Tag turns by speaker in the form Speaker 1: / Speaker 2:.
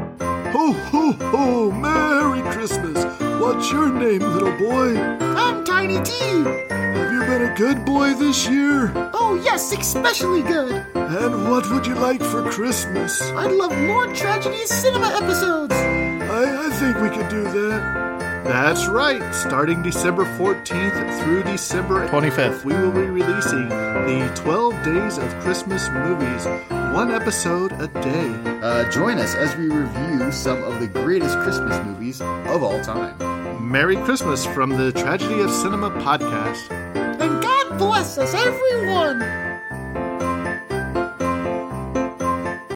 Speaker 1: Ho, ho, ho! Merry Christmas! What's your name, little boy?
Speaker 2: I'm Tiny T.
Speaker 1: Have you been a good boy this year?
Speaker 2: Oh, yes, especially good.
Speaker 1: And what would you like for Christmas?
Speaker 2: I'd love more tragedy cinema episodes.
Speaker 1: I, I think we could do that. That's right. Starting December 14th through December
Speaker 3: 25th.
Speaker 1: we will be releasing the 12 Days of Christmas movies, one episode a day.
Speaker 4: Uh, join us as we review some of the greatest Christmas movies of all time.
Speaker 1: Merry Christmas from the Tragedy of Cinema podcast.
Speaker 2: And God bless us, everyone.